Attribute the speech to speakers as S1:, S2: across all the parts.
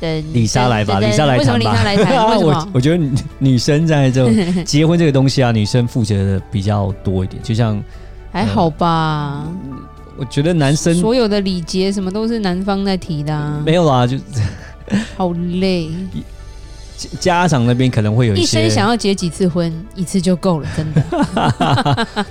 S1: 等
S2: 哦李莎来吧，
S1: 等
S2: 李莎来
S1: 为什
S2: 谈
S1: 么李
S2: 吧。
S1: 莎来谈？ 为什
S2: 我
S1: 么？
S2: 我觉得女女生在这 种结婚这个东西啊，女生负责的比较多一点。就像
S1: 还好吧，
S2: 我觉得男生
S1: 所有的礼节什么都是男方在提的、啊，
S2: 没有啦，就
S1: 好累。
S2: 家长那边可能会有
S1: 一
S2: 一些
S1: 生想要结几次婚，一次就够了，真 的。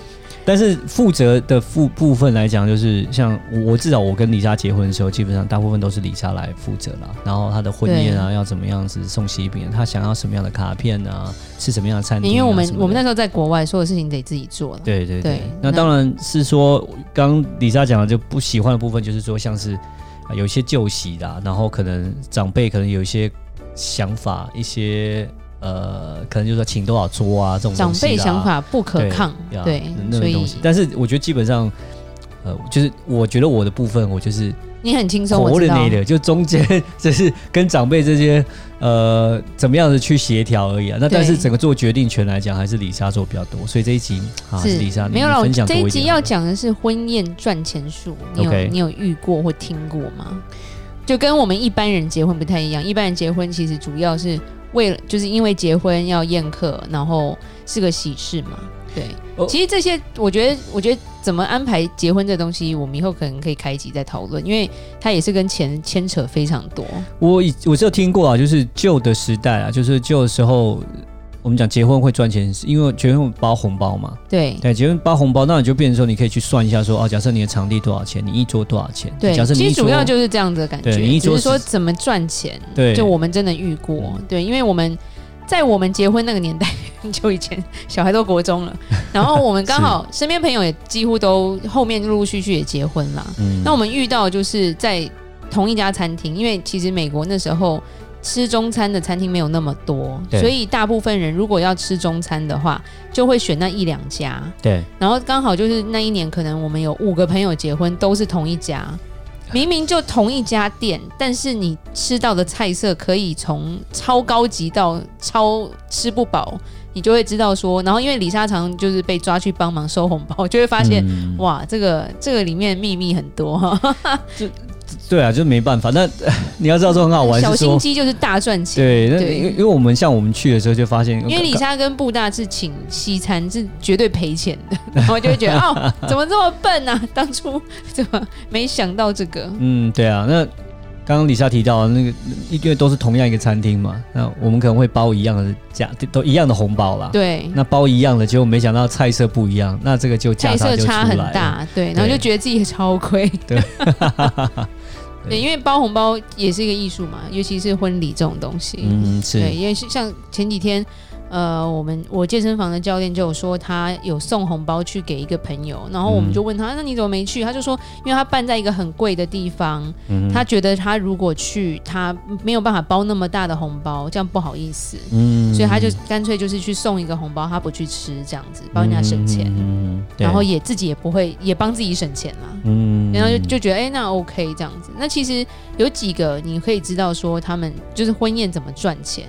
S2: 但是负责的部部分来讲，就是像我至少我跟李莎结婚的时候，基本上大部分都是李莎来负责啦。然后她的婚宴啊，要怎么样子送喜饼，啊她想要什么样的卡片啊，吃什么样的餐厅啊、
S1: 因为我们
S2: 什么的
S1: 我们那时候在国外，所有事情得自己做了。
S2: 对对对，
S1: 对
S2: 那
S1: 那
S2: 当然是说，刚刚李莎讲的就不喜欢的部分，就是说像是啊有一些旧习啦，然后可能长辈可能有一些想法，一些呃，可能就是说请多少桌啊这种
S1: 长
S2: 东西啦
S1: 辈想法不可
S2: 对
S1: 抗，
S2: 呀
S1: 对，
S2: 那那
S1: 所
S2: 个
S1: 以
S2: 东西。但是我觉得基本上，呃，就是我觉得我的部分，我就是
S1: 你很轻松，我知道。
S2: coordinator，就中间 就是跟长辈这些呃怎么样的去协调而已啊。那但是
S1: 对
S2: 整个做决定权来讲，还是李莎做比较多，所以这一集啊是李莎你
S1: 没有
S2: 你
S1: 啦。我
S2: 分享多
S1: 这
S2: 点啊
S1: 一集要讲的是婚宴赚钱术，你有
S2: OK
S1: 你有遇过或听过吗？就跟我们一般人结婚不太一样，一般人结婚其实主要是为了，就是因为结婚要宴客，然后是个喜事嘛。对，
S2: 哦
S1: 其实这些我觉得，我觉得怎么安排结婚这东西，我们以后可能可以开一集再讨论，因为它也是跟钱牵扯非常多。
S2: 我以我是有听过啊，就是旧的时代啊，就是旧的时候。我们讲结婚会赚钱，是因为结婚包红包嘛，
S1: 对，
S2: 对，结婚包红包，那你就变成说，你可以去算一下说，哦，假设你的场地多少钱，你一桌多少钱？
S1: 对，
S2: 假设你
S1: 其
S2: 一
S1: 实
S2: 桌
S1: 主要就是这样子的感觉，
S2: 对你一
S1: 只
S2: 桌
S1: 是说
S2: 十
S1: 怎么赚钱。
S2: 对嗯
S1: 就我们真的遇过，对，因为我们在我们结婚那个年代， 很久以前，小孩都国中了，然后我们刚好身边朋友也几乎都后面陆陆续续也结婚啦。
S2: 嗯
S1: 那我们遇到就是在同一家餐厅，因为其实美国那时候吃中餐的餐厅没有那么多，
S2: 对
S1: 所以大部分人如果要吃中餐的话，就会选那一两家。
S2: 对，
S1: 然后刚好就是那一年，可能我们有五个朋友结婚，都是同一家，明明就同一家店，但是你吃到的菜色可以从超高级到超吃不饱，你就会知道说，然后因为李莎常就是被抓去帮忙收红包，就会发现。
S2: 嗯哦
S1: 哇，这个这个里面秘密很 多哈，
S2: 对啊，就是没办法。那你要知道说很好玩，
S1: 小
S2: 是
S1: 心
S2: 说
S1: 机就是大赚钱。
S2: 对，那
S1: 对
S2: 因为因为我们像我们去的时候就发现，呃
S1: 因为李莎跟布大是请西餐，是绝对赔钱的，然后就会觉 得哦，怎么这么笨啊？当初怎么没想到这个？
S2: 嗯，对啊，那刚刚李莎提到那个，因为都是同样一个餐厅嘛，那我们可能会包一样的价，都一样的红包啦。
S1: 对，
S2: 那包一样的，结果没想到菜色不一样，那这个就价
S1: 菜
S2: 差
S1: 色
S2: 就出
S1: 差很
S2: 来了。
S1: 大，对，然后
S2: 对
S1: 就觉得自己超亏。 对，因为包红包也是一个艺术嘛，尤其是婚礼这种东西。
S2: 嗯，是
S1: 对，因为是像前几天，呃，我们我健身房的教练就有说他有送红包去给一个朋友，然后我们
S2: 嗯
S1: 就问他，那你怎么没去？他就说，因为他办在一个很贵的地方，
S2: 嗯
S1: 他觉得他如果去，他没有办法包那么大的红包，这样不好意思，
S2: 嗯
S1: 所以他就干脆就是去送一个红包，他不去吃这样子，帮人家省钱。
S2: 嗯，对
S1: 然后也自己也不会，也帮自己省钱啦。
S2: 嗯
S1: 然后就就觉得，哎、那 OK 这样子。那其实有几个你可以知道说，他们就是婚宴怎么赚钱。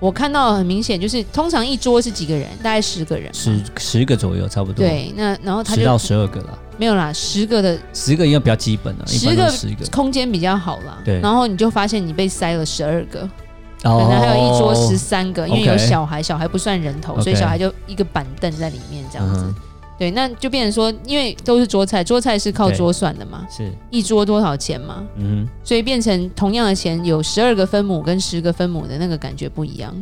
S1: 我看到很明显，就是通常一桌是几个人，大概十个人嘛。
S2: 十嗯十个左右差不多，，
S1: 对，那然后他
S2: 十到
S1: 就
S2: 十二个啦，
S1: 没有啦，十个的
S2: 十个应该比较基本了，一般都
S1: 十
S2: 十个，
S1: 空间比较好啦。
S2: 对
S1: 然后你就发现你被塞了十二个，
S2: 然
S1: 可能还
S2: 哦
S1: 有一桌十三个，因为有
S2: OK
S1: 小孩，小孩不算人头，所以
S2: OK
S1: 小孩就一个板凳在里面这样子。
S2: 嗯哼
S1: 对，那就变成说，因为都是桌菜，桌菜是靠
S2: 对
S1: 桌算的嘛，
S2: 是，
S1: 一桌多少钱嘛？
S2: 嗯哼。
S1: 所以变成同样的钱，有十二个分母跟十个分母的那个感觉不一样，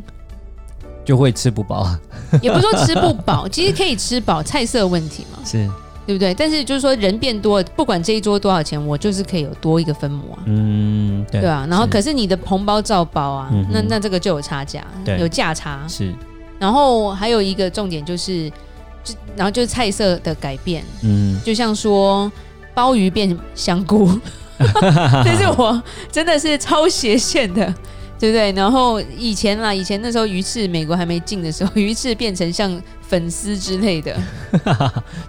S2: 就会吃不饱，啊
S1: 也不是说吃不饱，其实可以吃饱，菜色问题嘛，
S2: 是，
S1: 对不对？但是就是说人变多，了，不管这一桌多少钱，我就是可以有多一个分母啊，
S2: 嗯，对，
S1: 对啊。然后
S2: 是
S1: 可是你的红包照包啊，
S2: 嗯哼
S1: 那那这个就有差价，
S2: 对
S1: 有价差。
S2: 是，
S1: 然后还有一个重点就是，就然后就是菜色的改变，
S2: 嗯，
S1: 就像说鲍 鱼变香菇，这是我真的是超斜线的。对不对？然后以前啦，以前那时候鱼翅美国还没进的时候，鱼翅变成像粉丝之类的，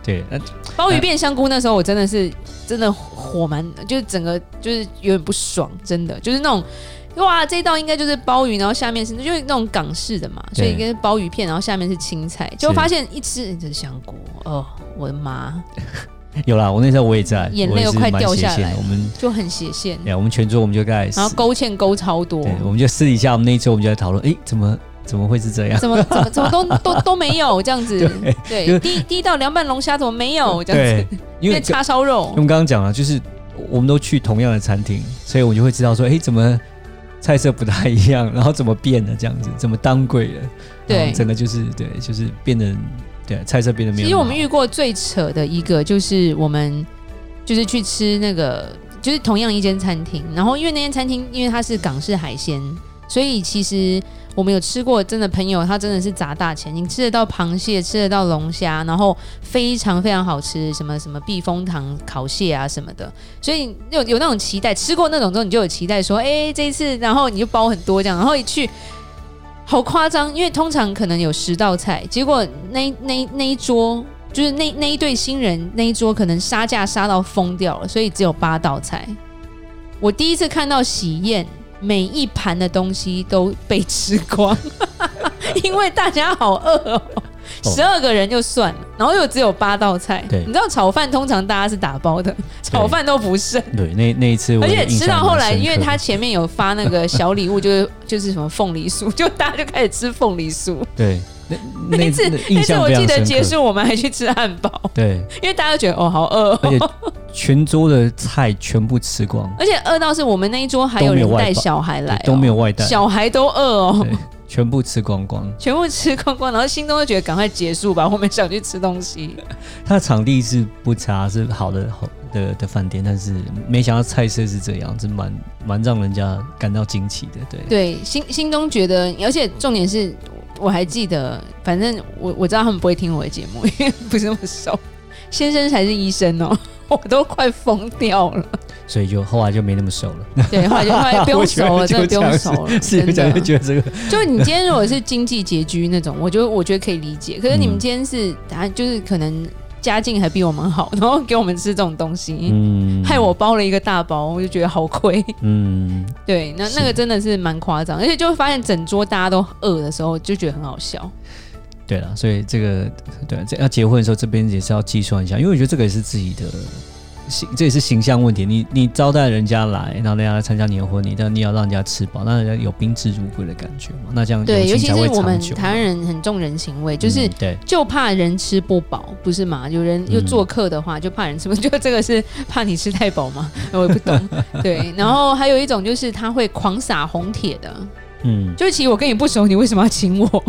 S2: 对，那
S1: 鲍鱼变香菇。那时候我真的是真的火蛮，就是整个就是有点不爽，真的就是那种。哇，这道应该就是鲍鱼，然后下面是就是那种港式的嘛，所以应该是鲍鱼片，然后下面是青菜，结果发现一吃这是香菇，哦，我的妈！
S2: 有啦，我那时候我也在，
S1: 眼泪又快掉下来了
S2: 我们
S1: 就很斜线，
S2: 哎，我们全桌我们就在，
S1: 然后勾芡勾超多
S2: 对，，我们就私底下我们那一桌我们就在讨论，哎，怎么怎么会是这样？
S1: 怎么怎么怎么都都都没有这样子， 对，
S2: 就是
S1: 第一第一道凉拌龙虾怎么没有这样
S2: 对
S1: 子？，
S2: 因为
S1: 那叉烧肉
S2: 我们刚刚讲了，就是我们都去同样的餐厅，所以我就会知道说，哎，怎么菜色不太一样，然后怎么变了这样子，怎么当贵了，
S1: 对
S2: 然后整个就是对，就是变得对菜色变得没有那么好。
S1: 其实我们遇过最扯的一个就是我们就是去吃那个就是同样一间餐厅，然后因为那间餐厅因为它是港式海鲜，所以其实我们有吃过，真的朋友他真的是砸大钱，你吃得到螃蟹，吃得到龙虾，然后非常非常好吃，什么什么避风塘烤蟹啊什么的，所以有有那种期待，吃过那种之后你就有期待说，哎、这一次然后你就包很多这样，然后一去。好夸张，因为通常可能有十道菜，结果那那那一桌就是那那一对新人那一桌可能杀价杀到疯掉了，所以只有八道菜。我第一次看到喜宴，每一盘的东西都被吃光， 因为大家好饿哦。
S2: 哦
S1: 十二个人就算了，然后又只有八道菜。
S2: 对
S1: 你知道炒饭通常大家是打包的，炒饭都不剩。
S2: 对那那一次我
S1: 而
S2: 也
S1: 且
S2: 印象蛮深刻的，
S1: 吃到后来，因为他前面有发那个小礼物，就是 就是什么凤梨酥， 就大家就开始吃凤梨酥。
S2: 对那那
S1: 那次
S2: 那
S1: 那
S2: 印
S1: 次
S2: 象
S1: 我
S2: 非常
S1: 记得
S2: 深刻
S1: 结束，我们还去吃汉堡，
S2: 对，
S1: 因为大家都觉得哦好饿哦、
S2: 而且全桌的菜全部吃光，
S1: 而且饿到是我们那一桌还有人带小孩来、
S2: 对
S1: 哦，
S2: 都没有外带，
S1: 小孩都饿哦
S2: 对，全部吃光光。
S1: 全部吃光光，然后心中就觉得赶快结束吧，我们想去吃东西。
S2: 它的场地是不差，是好的好的的饭店，但是没想到菜色是这样，是蛮蛮让人家感到惊奇的。对，
S1: 对，心心中觉得，而且重点是，我还记得，反正我我知道他们不会听我的节目，因为不是那么熟。先生才是医生哦， 我都快疯掉 了。
S2: 所以就后来就没那么 熟了。
S1: 对，后来就后来哎不用
S2: 我觉得
S1: 熟了，真的
S2: 就
S1: 不
S2: 这样子
S1: 用熟 了，
S2: 是
S1: 真
S2: 讲就。
S1: 的
S2: 觉得这个
S1: 就你今天如果是经济拮据那种，我觉得我觉得可以理解。可是你们
S2: 嗯
S1: 今天是，啊，就是可能家境还比我们好，然后给我们吃这种东西，
S2: 嗯
S1: 害我包了一个大包，我就觉得好亏。
S2: 嗯，
S1: 对，那
S2: 是
S1: 那个真的是蛮夸张，而且就会发现整桌大家都饿的时候，就觉得很好笑。
S2: 对了，所以这个对这要结婚的时候，这边也是要计算一下，因为我觉得这个也是自己的。形这也是形象问题，你你招待人家来，然后人家来参加你的婚礼，但你也要让人家吃饱，让人家有宾至如归的感觉嘛，那这样
S1: 对，
S2: 友
S1: 尤
S2: 情
S1: 其
S2: 才
S1: 是
S2: 会
S1: 我们
S2: 长久
S1: 台湾人很重人情味，就是
S2: 嗯对
S1: 就怕人吃不饱，不是吗？有
S2: 嗯
S1: 人又做客的话，就怕人吃不，就这个是怕你吃太饱吗？ 我也不懂。对，然后还有一种就是他会狂撒红帖的，
S2: 嗯
S1: 就是其实我跟你不熟，你为什么要 请我？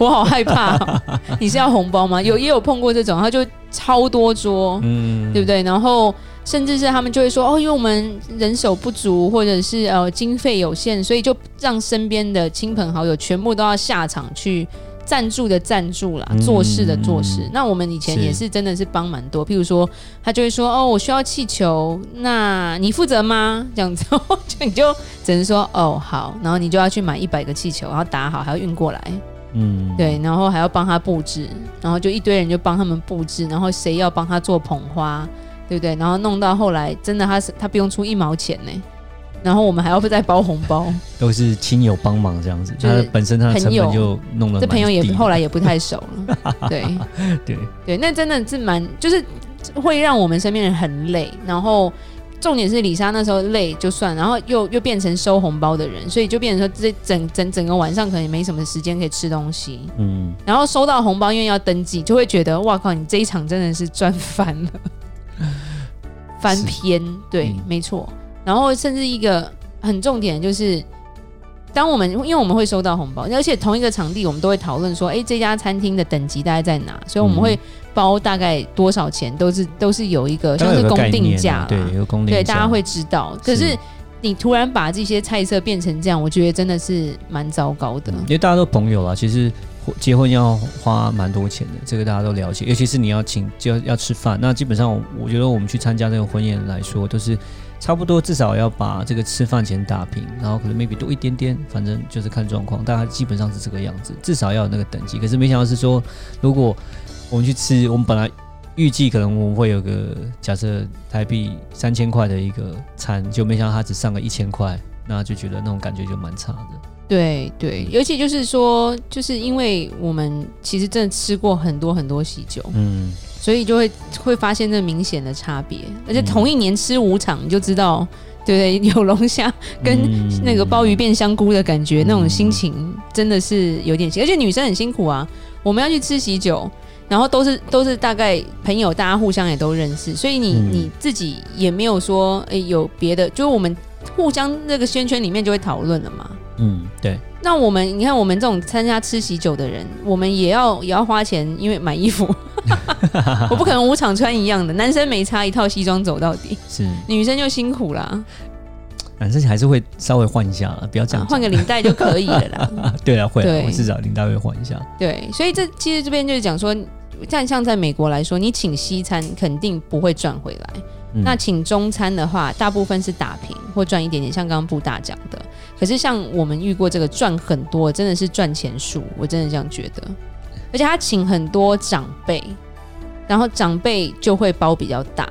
S1: 我好害怕哦、你是要红包吗？有也有碰过这种，他就超多桌，
S2: 嗯
S1: 对不对？然后甚至是他们就会说，哦，因为我们人手不足，或者是呃经费有限，所以就让身边的亲朋好友全部都要下场去赞助的赞助啦，
S2: 嗯
S1: 做事的做事。那我们以前
S2: 是
S1: 也是真的是帮蛮多，譬如说他就会说，哦，我需要气球，那你负责吗？ 这样子，然后就你就只能说，哦，好，然后你就要去买一百个气球，然后打好，还要运过来。
S2: 嗯，
S1: 对，然后还要帮他布置，然后就一堆人就帮他们布置，然后谁要帮他做捧花，对不对？然后弄到后来，真的他是他不用出一毛钱呢，然后我们还要再包红 包，
S2: 都是亲友帮忙这样子，
S1: 就是
S2: 他本身他的成
S1: 朋友
S2: 本就弄了蛮低的，
S1: 这朋友也后来也不太熟 了，对
S2: 对，
S1: 对，那真的是蛮就是会让我们身边人很累，然后。重点是李莎那时候累就算，然后又又变成收红包的人，所以就变成说这整整整个晚上可能也没什么时间可以吃东西。
S2: 嗯，
S1: 然后收到红包，因为要登记，就会觉得哇靠，你这一场真的是赚翻了，翻 篇，对，
S2: 嗯
S1: 没错。然后甚至一个很重点就是，当我们因为我们会收到红包，而且同一个场地我们都会讨论说，哎，这家餐厅的等级大概在哪，所以我们
S2: 嗯
S1: 会包大概多少钱，都是都是有一个
S2: 当
S1: 像
S2: 然
S1: 是
S2: 有个
S1: 公
S2: 概
S1: 定
S2: 念
S1: 价
S2: 啊，
S1: 啦
S2: 对，有个公定价，
S1: 对，大家会知道。可是
S2: 是
S1: 你突然把这些菜色变成这样，我觉得真的是蛮糟糕的。
S2: 嗯，因为大家都朋友啦，其实结婚要花蛮多钱的，这个大家都了解。尤其是你要请就要要吃饭，那基本上我我觉得我们去参加这个婚宴来说，都是差不多至少要把这个吃饭钱打平，然后可能 maybe 多一点点，反正就是看状况，大概基本上是这个样子，至少要有那个等级。可是没想到是说，如果我们去吃，我们本来预计可能我们会有个假设台币三千块的一个餐，就没想到他只上个一千块，那就觉得那种感觉就蛮差的。
S1: 对
S2: 嗯
S1: 对，尤其就是说，就是因为我们其实真的吃过很多很多喜酒，
S2: 嗯，
S1: 所以就会会发现这明显的差别。而且
S2: 嗯
S1: 同一年吃五场，你就知道，对不 对？有龙虾跟
S2: 嗯
S1: 那个鲍鱼变香菇的感觉，
S2: 嗯
S1: 那种心情真的是有点辛，而且女生很辛苦啊。我们要去吃喜酒，然后都是都是大概朋友，大家互相也都认识，所以你、
S2: 嗯
S1: 你自己也没有说诶、有别的，就是我们互相那个圈圈里面就会讨论了嘛。
S2: 嗯，对，
S1: 那我们，你看我们这种参加吃喜酒的人，我们也要也要花钱，因为买 衣服，我不可能五场穿一样的。男生没差一套西装走到底，
S2: 是
S1: 女生就辛苦啦，
S2: 男生还是会稍微换一下啦，不要这
S1: 啊
S2: 样
S1: 换、个领带就可以了啦。
S2: 讲。 对啊，会啊，
S1: 对
S2: 我至少领带会换一下。
S1: 对，所以这其实这边就是讲说，但像在美国来说，你请西餐肯定不会赚回来，
S2: 嗯
S1: 那请中餐的话，大部分是打平或赚一点点，像刚刚布大讲的。可是像我们遇过这个赚很多，真的是赚钱树，我真的这样觉得。而且他请很多长辈，然后长辈就会包比较大，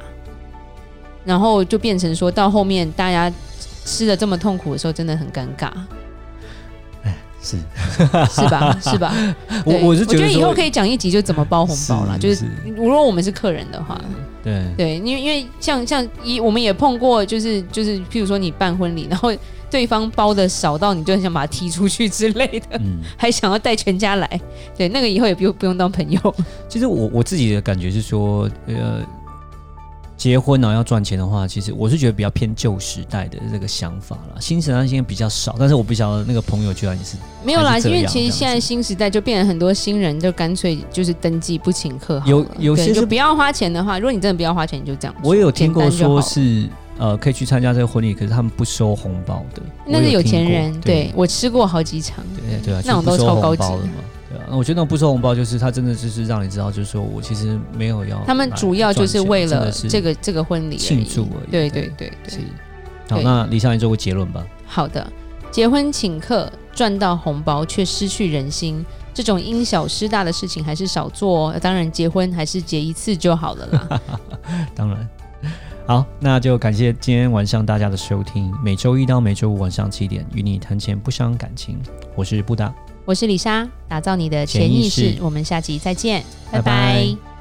S1: 然后就变成说到后面大家吃的这么痛苦的时候，真的很尴 尬，
S2: 是
S1: 是吧？是吧？对
S2: 我我是
S1: 我觉得以
S2: 说
S1: 后可以讲一集就怎么包红包啦，就是如果我们是客人的话，
S2: 对
S1: 对，因为因为像像一我们也碰过，就是就是譬如说你办婚礼，然后对方包的少到你就很想把他踢出去之类的，
S2: 嗯。
S1: 还想要带全家来，对，那个以后也不用不用当朋友，
S2: 其实我我自己的感觉是说，呃，结婚呢、要赚钱的话，其实我是觉得比较偏旧时代的这个想法啦。新时代现在比较少，但是我不晓得那个朋友居然也是
S1: 没有啦，
S2: 还是
S1: 因
S2: 这样
S1: 为其实现
S2: 这样
S1: 在
S2: 子
S1: 新时代就变成很多新人就干脆就是登记不请客好了，
S2: 有有
S1: 对
S2: 些是
S1: 就不要花钱的话，如果你真的不要花钱，你就这样，
S2: 我也有听过
S1: 简单就好
S2: 说
S1: 了
S2: 是呃可以去参加这个婚礼，可是他们不收红包的。
S1: 那是
S2: 我
S1: 有
S2: 听过
S1: 钱人，对我吃过好几场，
S2: 对对啊，
S1: 那种
S2: 就不
S1: 都
S2: 收
S1: 超高
S2: 红
S1: 级
S2: 包的嘛。对啊，那我觉得那种不收红包就是他真的就是让你知道，就是说我其实没有哦要来赚钱。
S1: 他们主要就是为
S2: 真
S1: 了
S2: 的是
S1: 这个这个婚礼而已
S2: 庆祝而已
S1: 对
S2: 对
S1: 对对对
S2: 是。。好，
S1: 对
S2: 那李尚你做个结论吧。
S1: 好的，结婚请客赚到红包却失去人心，这种因小失大的事情还是少做哦。当然，结婚还是结一次就好了 啦。
S2: 当然。好，那就感谢今天晚上大家的收听。每周一到每周五晚上七点，与你谈钱不伤感情。我是布达。
S1: 我是李莎，打造你的
S2: 潜
S1: 潜
S2: 意
S1: 意识，
S2: 识
S1: 我们下集再见，
S2: 拜
S1: 拜
S2: 拜
S1: 拜